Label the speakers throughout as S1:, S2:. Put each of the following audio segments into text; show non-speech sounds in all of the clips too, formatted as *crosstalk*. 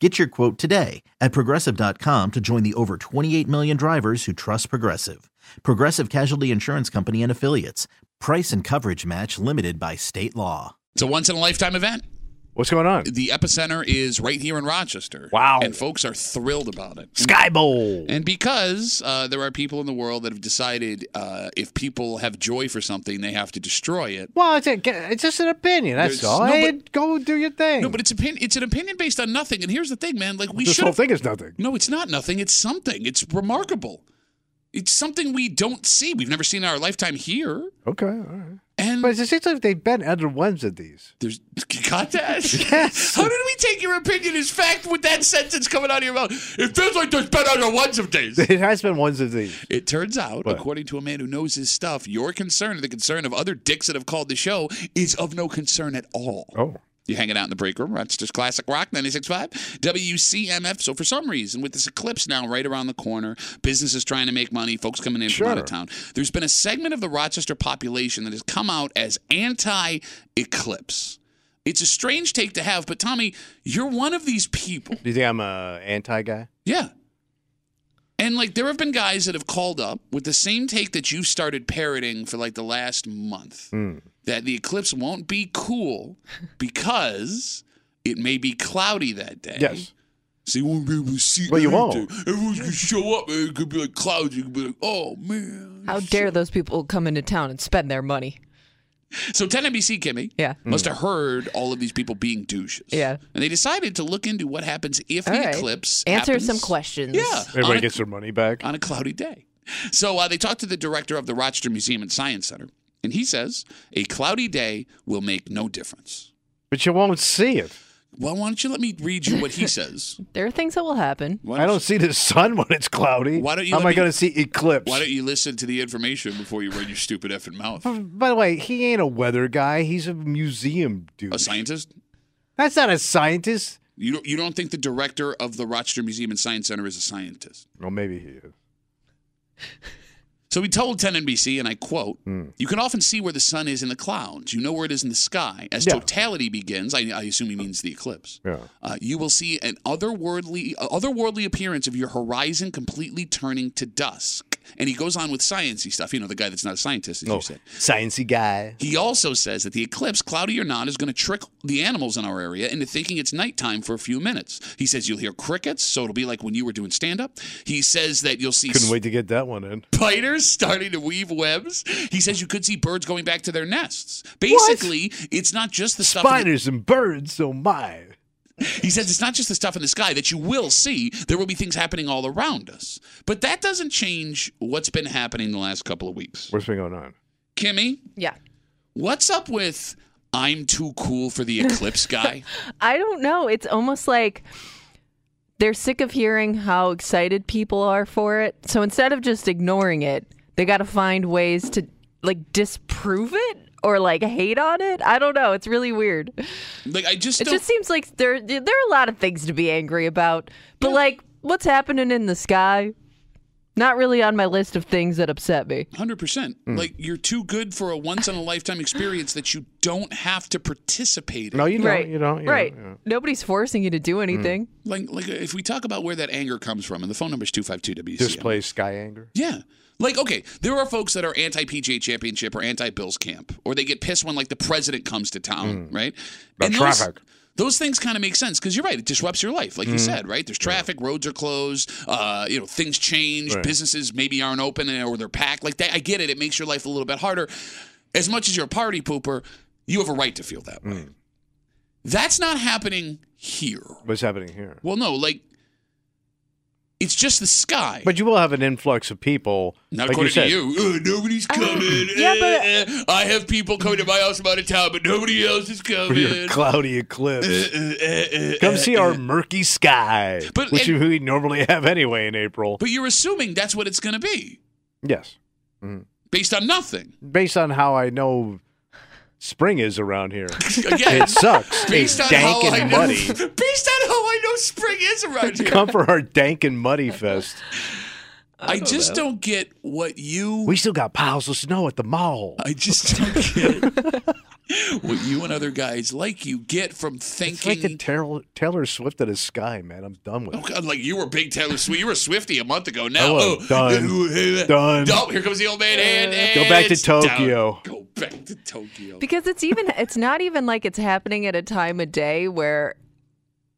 S1: Get your quote today at progressive.com to join the over 28 million drivers who trust Progressive. Progressive Casualty Insurance Company and Affiliates. Price and coverage match limited by state law.
S2: It's a once in a lifetime event.
S3: What's going on?
S2: The epicenter is right here in Rochester.
S3: Wow.
S2: And folks are thrilled about it.
S3: Sky Bowl.
S2: And because uh, there are people in the world that have decided uh, if people have joy for something, they have to destroy it.
S3: Well, it's, a, it's just an opinion. That's
S2: There's-
S3: all.
S2: no,
S3: hey,
S2: but-
S3: go do your thing.
S2: No, but it's opin- it's an opinion based on nothing. And here's the thing, man. Like we
S3: this
S2: should
S3: whole thing is nothing.
S2: No, it's not nothing. It's something. It's remarkable. It's something we don't see. We've never seen in our lifetime here.
S3: Okay, all right.
S2: And
S3: But it seems like they've been other ones of these. *laughs*
S2: There's *laughs* you got that?
S3: Yes.
S2: How did we take your opinion as fact with that sentence coming out of your mouth? It feels like there's been other ones of
S3: *laughs*
S2: days.
S3: It has been ones of these.
S2: It turns out,
S3: What?
S2: according to a man who knows his stuff, your concern and the concern of other dicks that have called the show is of no concern at all.
S3: Oh,
S2: You're hanging out in the break room, Rochester's Classic Rock 96.5, WCMF. So, for some reason, with this eclipse now right around the corner, businesses trying to make money, folks coming in from out of
S3: Sure.
S2: town, there's been a segment of the Rochester population that has come out as anti eclipse. It's a strange take to have, but Tommy, you're one of these people.
S3: do you think I'm a anti guy?
S2: Yeah. And like there have been guys that have called up with the same take that you started parroting for like the last month
S3: Hmm.
S2: that the eclipse won't be cool
S3: *laughs*
S2: because it may be cloudy that day.
S3: Yes.
S2: So you won't be able to see.
S3: Well, you won't.
S2: anything. Everyone's gonna show up and it could be like clouds. You could be like, oh man.
S4: How dare those people come into town and spend their money?
S2: So 10NBC Kimmy
S4: Yeah.
S3: Hmm.
S2: must have heard all of these people being douches.
S4: Yeah.
S2: And they decided to look into what happens if
S4: All
S2: the
S4: right.
S2: eclipse
S4: Answer
S2: happens.
S4: some questions.
S2: Yeah. On
S3: Everybody
S2: a-
S3: gets their money back.
S2: on a cloudy day. So uh, they talked to the director of the Rochester Museum and Science Center, and he says a cloudy day will make no difference.
S3: But you won't see it.
S2: Well, why don't you let me read you what he says?
S4: There are things that will happen.
S2: Why
S3: I don't see the sun when it's cloudy.
S2: Why don't you
S3: How
S2: let
S3: am I
S2: me-
S3: going to see eclipse?
S2: Why don't you listen to the information before you run your stupid effing
S3: *laughs*
S2: mouth?
S3: By the way, he ain't a weather guy. He's a museum dude.
S2: A scientist?
S3: That's not a scientist.
S2: You don't, you don't think the director of the Rochester Museum and Science Center is a scientist?
S3: Well, maybe he is.
S2: So he told 10NBC, and I quote,
S3: Hmm.
S2: You can often see where the sun is in the clouds. You know where it is in the sky. As
S3: Yeah.
S2: totality begins, I, I assume he means the eclipse.
S3: Yeah.
S2: uh, you will see an otherworldly, uh, otherworldly appearance of your horizon completely turning to dusk. And he goes on with sciencey stuff. You know, the guy that's not a scientist,
S3: Oh.
S2: as you said.
S3: Sciencey guy.
S2: He also says that the eclipse, cloudy or not, is going to trick the animals in our area into thinking it's nighttime for a few minutes. He says you'll hear crickets, so it'll be like when you were doing stand up. He says that you'll see
S3: Couldn't wait to get that one in.
S2: spiders *laughs* starting to weave webs. He says you could see birds going back to their nests. Basically, it's not just the stuff. in the-
S3: Spiders and birds, oh my.
S2: He says it's not just the stuff in the sky that you will see. There will be things happening all around us. But that doesn't change what's been happening the last couple of weeks.
S3: What's been going on?
S2: Kimmy,
S4: Yeah.
S2: what's up with I'm too cool for the
S4: *laughs*
S2: eclipse guy?
S4: I don't know. It's almost like they're sick of hearing how excited people are for it. So instead of just ignoring it, they got to find ways to like disprove it or like hate on it. I don't know. It's really weird.
S2: like I just
S4: It
S2: don't
S4: just seems like there there are a lot of things to be angry about. But like what's happening in the sky? Not really on my list of things that upset me.
S2: 100%.
S3: Hmm.
S2: Like you're too good for a once in a lifetime experience that you don't have to participate in.
S3: No, you don't.
S4: right.
S3: You don't. You Mm.
S4: right.
S3: Don't,
S4: Nobody's forcing you to do anything.
S2: Like like if we talk about where that anger comes from and the phone number is 252 WC.
S3: Display sky anger.
S2: Yeah. Like, okay, there are folks that are anti PGA championship or anti Bills camp, or they get pissed when, like, the president comes to town, right?
S3: The
S2: those-
S3: Mm. traffic. Mm.
S2: Those things kind of make sense because you're right. It disrupts your life, like you said, right? There's traffic, roads are closed, uh, you know, things change, businesses maybe aren't open or they're packed. Like that, I get it. It makes your life a little bit harder. as much as you're a party pooper, you have a right to feel that way.
S3: Mm.
S2: That's not happening here.
S3: What's happening here?
S2: Well, no, like it's just the sky.
S3: But you will have an influx of people.
S2: not
S3: like
S2: according to
S3: said.
S2: you. Uh, nobody's coming.
S4: yeah, but-
S2: Eh, eh, I have people coming to my house from out of town, but nobody else is
S3: For your
S2: coming. *laughs*
S3: cloudy eclipse.
S2: Eh, eh, eh, eh,
S3: Come see our
S2: eh.
S3: murky sky,
S2: But-
S3: which
S2: and-
S3: we normally have anyway in April.
S2: But you're assuming that's what it's going to be
S3: yes.
S2: based on
S3: *laughs*
S2: nothing.
S3: Based on how I know spring is
S2: *laughs*
S3: around here,
S2: Again,
S3: it sucks.
S2: *laughs* based on
S3: it's dank
S2: how I
S3: and
S2: know,
S3: muddy.
S2: *laughs* based on how I know spring is around here.
S3: Come for our dank and muddy fest.
S2: I just don't get what you.
S3: We still got piles of snow at the mall.
S2: I just don't get
S3: *laughs*
S2: what you and other guys like you get from
S3: It's like a
S2: thinking.
S3: Taylor, Taylor Swift at his sky, man. I'm done with
S2: Oh,
S3: it.
S2: God, like you were big Taylor Swift. You were a Swifty a month ago. Now,
S3: Hello.
S2: oh,
S3: Done.
S2: oh,
S3: Done.
S2: Oh, here comes the old man. And,
S3: Go back to
S2: it's down.
S3: Tokyo.
S2: Go back to Tokyo.
S4: Because it's even it's not even like it's happening at a time of day where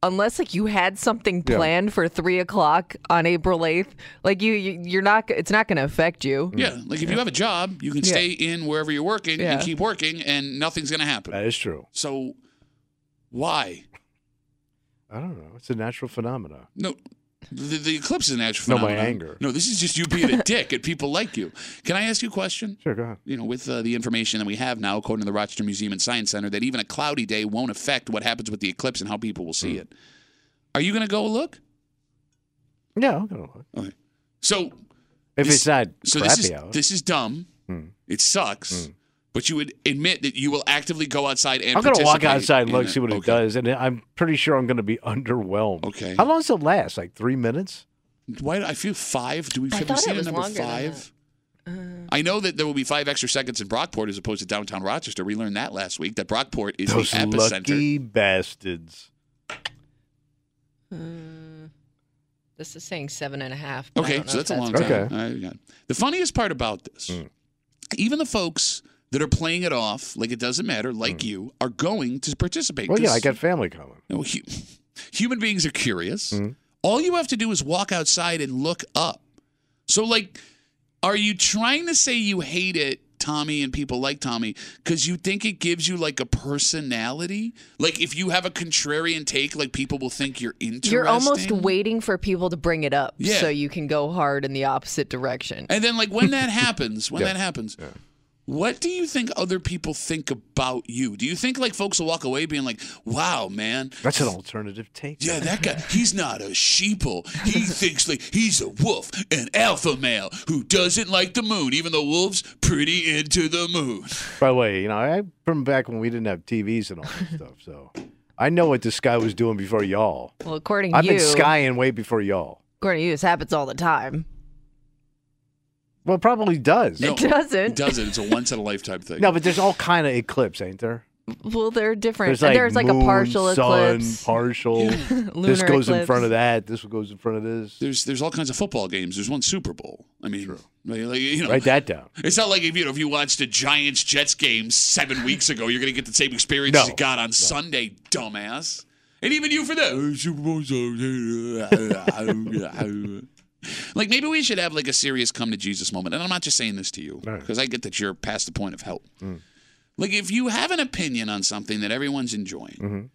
S4: unless like you had something
S3: Yeah.
S4: planned for three o'clock on April eighth, like you, you you're not it's not gonna affect you.
S2: Yeah, like if you have a job, you can
S4: Yeah.
S2: stay in wherever you're working and
S4: Yeah.
S2: keep working, and nothing's gonna happen.
S3: That is true.
S2: So, why?
S3: I don't know. It's a natural phenomenon.
S2: No, the, the eclipse is a natural
S3: No, my
S2: phenomenon.
S3: anger.
S2: No, this is just you being a *laughs* dick, and people like you. Can I ask you a question?
S3: Sure, go ahead.
S2: you know, with uh, the information that we have now, according to the Rochester Museum and Science Center, that even a cloudy day won't affect what happens with the eclipse and how people will
S3: Hmm.
S2: see it. Are you going to go look?
S3: Yeah, I'm gonna look.
S2: Okay. So,
S3: If
S2: This-
S3: it's not
S2: so
S3: crappy
S2: this is
S3: out, Hmm.
S2: this is dumb. It sucks. But you would admit that you will actively go outside and
S3: I'm gonna walk
S2: participate
S3: outside,
S2: in
S3: look,
S2: it.
S3: see what it
S2: Okay.
S3: does, and I'm pretty sure I'm gonna be underwhelmed.
S2: Okay.
S3: How long does it last? Like three minutes?
S2: Why do I feel five? Do we
S4: I
S2: have we
S4: thought it
S2: seen a
S4: was
S2: number
S4: longer than Uh.
S2: five? I know that there will be five extra seconds in Brockport as opposed to downtown Rochester. We learned that last week that Brockport is
S3: Those
S2: the epicenter.
S3: lucky bastards.
S4: Hmm. This is saying seven and a half.
S2: Okay, so that's a long
S3: that's
S2: time.
S3: right. Okay. Mm.
S2: All right, we got it. The funniest part about this, even the folks that are playing it off like it doesn't matter, like you, are going to participate.
S3: Mm. Well, yeah,
S2: 'cause,
S3: I got family coming.
S2: you know, hu- human beings are curious.
S3: Mm.
S2: All you have to do is walk outside and look up. So, like, are you trying to say you hate it? Tommy and people like Tommy because you think it gives you like a personality. Like if you have a contrarian take, like people will think you're interesting.
S4: You're almost waiting for people to bring it up
S2: Yeah.
S4: so you can go hard in the opposite direction.
S2: And then, like, when that happens, when that happens, what do you think other people think about you? Do you think, like, folks will walk away being like, wow, man.
S3: That's an alternative take.
S2: Yeah, that guy, he's not a sheeple. He thinks like he's a wolf, an alpha male who doesn't like the moon, even though wolves pretty into the moon.
S3: By the way, you know, I from back when we didn't have TVs and all *laughs* that stuff, so I know what this guy was doing before y'all.
S4: well, according to
S3: I've
S4: you,
S3: been skying way before y'all.
S4: according to you, this happens all the time.
S3: Well, it probably does.
S2: No,
S4: doesn't.
S2: It doesn't. It's a once in a lifetime thing.
S3: No, but there's all kind of eclipse, ain't there?
S4: Well, they're different.
S3: There's
S4: There's like,
S3: like,
S4: a
S3: moon,
S4: partial
S3: sun,
S4: eclipse.
S2: *laughs*
S3: partial.
S4: *laughs* lunar
S3: this goes in
S4: eclipse.
S3: front of that. This goes in front of this.
S2: There's there's all kinds of football games. There's one Super Bowl. I mean, like, like, you know,
S3: Write that down.
S2: It's not like if you know if you watched a Giants Jets game seven weeks ago, you're gonna get the same experience
S3: No.
S2: as you got on Sunday, dumbass. And even you for that "Oh, Super Bowl. *laughs* like maybe we should have like a serious come to Jesus moment. And I'm not just saying this to you because I get that you're past the point of help. Like if you have an opinion on something that everyone's enjoying,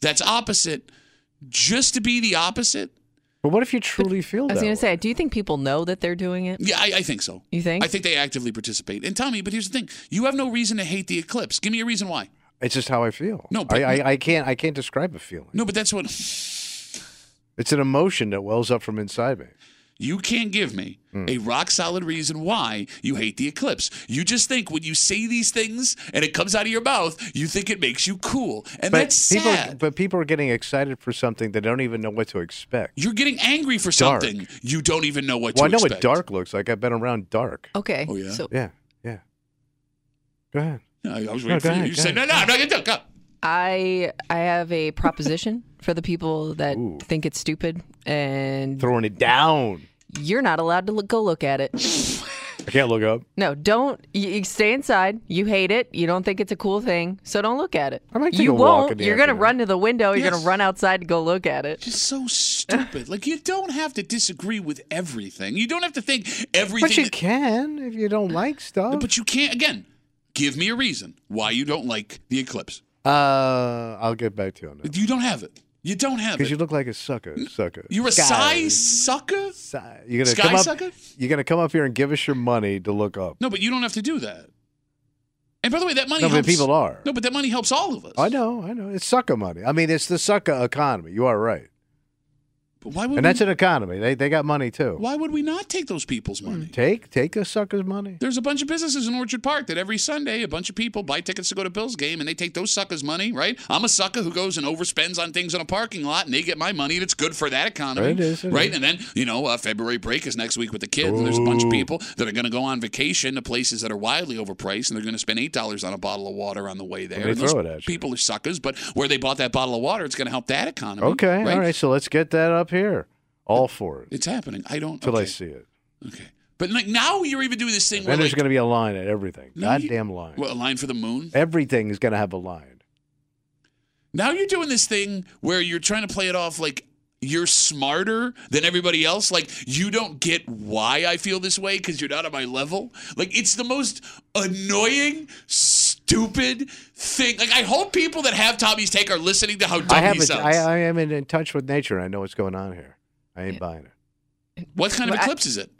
S2: that's opposite, just to be the opposite.
S3: But what if you truly feel
S4: I was
S3: that?
S4: going to
S3: way?
S4: say, do you think people know that they're doing it?
S2: Yeah, I, I think so.
S4: You think?
S2: I think they actively participate. And Tommy, but here's the thing: you have no reason to hate the eclipse. Give me a reason why.
S3: it's just how I feel.
S2: No, but-
S3: I, I, I can't. I can't describe a feeling.
S2: No, but that's what *laughs*
S3: It's an emotion that wells up from inside me.
S2: you can't give me
S3: Hmm.
S2: a rock solid reason why you hate the eclipse. You just think when you say these things and it comes out of your mouth, you think it makes you cool, and
S3: but
S2: that's
S3: people,
S2: sad.
S3: but people are getting excited for something they don't even know what to expect.
S2: You're getting angry for
S3: Dark.
S2: something you don't even know what
S3: well, I
S2: to
S3: know
S2: expect.
S3: what dark looks like. I've been around dark.
S4: Okay.
S2: Oh, yeah?
S4: So
S3: Yeah, yeah. Go ahead.
S2: No, I was waiting for
S3: No, go ahead,
S2: you. You
S3: go
S2: said no,
S3: ahead.
S2: no, I'm not gonna go.
S4: I I have a proposition *laughs* for the people that
S3: Ooh.
S4: think it's stupid,
S2: Mm.
S4: and
S3: Throwing it down.
S4: you're not allowed to look, go look at it.
S3: I can't look up.
S4: No, don't. You, you stay inside. You hate it. You don't think it's a cool thing, so don't look at it.
S3: I might take
S4: you
S3: a walk
S4: won't.
S3: in the
S4: you're gonna
S3: afternoon.
S4: run to the window. You're
S2: Yes.
S4: gonna run outside to go look at it.
S2: Just so *laughs* stupid. like you don't have to disagree with everything. You don't have to think everything.
S3: But you
S2: that-
S3: can if you don't like stuff.
S2: But you can't again. Give me a reason why you don't like the eclipse.
S3: Uh, I'll get back to you on that.
S2: You don't have it. You don't have it.
S3: Because you look like a sucker. Sucker.
S2: You're a
S3: Sky.
S2: size sucker?
S3: Sky. You're gonna
S2: Sky
S3: come up,
S2: sucker?
S3: You're gonna come up here and give us your money to look up.
S2: No, but you don't have to do that. And by the way, that money
S3: No, but
S2: helps.
S3: people are.
S2: No, but that money helps all of us.
S3: I know, I know. It's sucker money. I mean, it's the sucker economy. You are right,
S2: But why would
S3: and that's
S2: we,
S3: an economy. They they got money too.
S2: why would we not take those people's money?
S3: Take take the sucker's money.
S2: There's a bunch of businesses in Orchard Park that every Sunday a bunch of people buy tickets to go to Bills game and they take those suckers' money, right? I'm a sucker who goes and overspends on things in a parking lot and they get my money and it's good for that economy,
S3: It is, it
S2: right?
S3: is.
S2: And then you know uh, February break is next week with the kids and there's a bunch of people that are going to go on vacation to places that are wildly overpriced and they're going to spend eight dollars on a bottle of water on the way there.
S3: they
S2: And those
S3: throw it at you.
S2: People are suckers, but where they bought that bottle of water, it's going to help that economy.
S3: Okay,
S2: right?
S3: all right. So let's get that up here. All for it
S2: It's happening. I don't.
S3: until
S2: okay.
S3: I see it.
S2: Okay. But like now you're even doing this thing where
S3: Then there's
S2: like,
S3: going to be a line at everything.
S2: No, you-
S3: Goddamn line.
S2: what, a line for the moon.
S3: Everything is going to have a line.
S2: Now you're doing this thing where you're trying to play it off like you're smarter than everybody else. Like you don't get why I feel this way because you're not on my level. Like it's the most annoying, stupid thing. Like I hope people that have Tommy's take are listening to how dumb
S3: I have.
S2: he
S3: A,
S2: sounds.
S3: I, I am in, in touch with nature. I know what's going on here. I ain't buying it.
S2: what kind of
S4: Well, I-
S2: eclipse is it?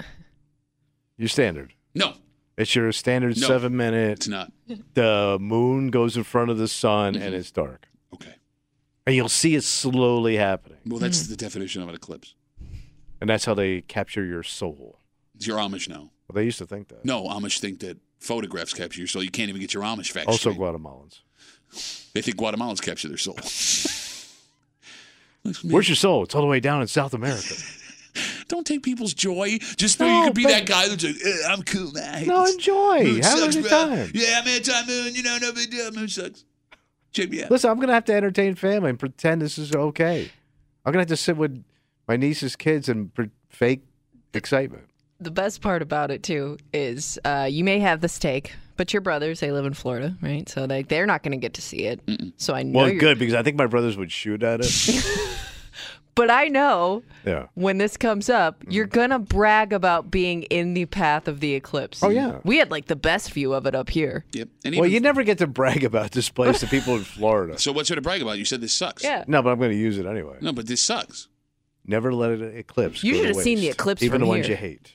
S3: Your standard.
S2: No,
S3: It's your standard
S2: No.
S3: seven
S2: it's
S3: minute.
S2: not.
S3: The moon goes in front of the sun
S2: Mm-hmm.
S3: and it's dark,
S2: Okay.
S3: and you'll see it slowly happening.
S2: Well, that's the definition of an eclipse.
S3: And that's how they capture your soul.
S2: You're Amish now.
S3: Well, they used to think that.
S2: No, Amish think that photographs capture your soul. You can't even get your Amish facts.
S3: also,
S2: straight.
S3: Guatemalans.
S2: They think Guatemalans capture their soul.
S3: Where's your soul? It's all the way down in
S2: *laughs*
S3: South America.
S2: Don't take people's joy. Just know
S3: No,
S2: you could be
S3: but-
S2: that guy that's like, "Eh, I'm cool, man.
S3: no, enjoy.
S2: Moon
S3: Have a
S2: sucks,
S3: good
S2: bro.
S3: time.
S2: Yeah, I'm anti-moon. You know, no big deal. Moon sucks. Check me out.
S3: Listen, I'm going to have to entertain family and pretend this is okay. I'm going to have to sit with my niece's kids and pre- fake excitement.
S4: The best part about it too is uh, you may have this take, but your brothers they live in Florida, right? So like they're not going to get to see it. So I know.
S3: Well,
S4: you're-
S3: good, because I think my brothers would shoot at it.
S4: But I know
S3: yeah.
S4: when this comes up,
S3: Mm.
S4: you're gonna brag about being in the path of the eclipse.
S3: Oh, yeah.
S4: We had like the best view of it up here.
S2: Yep. And
S3: Well,
S2: even-
S3: you never get to brag about this place to people in Florida.
S2: *laughs* So what's there to brag about? You said this sucks.
S4: Yeah.
S3: No, but I'm going to use it anyway.
S2: No, but this sucks.
S3: Never let it eclipse.
S4: You
S3: go to
S4: should have seen the
S3: waste,
S4: eclipse
S3: Even
S4: from
S3: the ones you
S4: here.
S3: hate.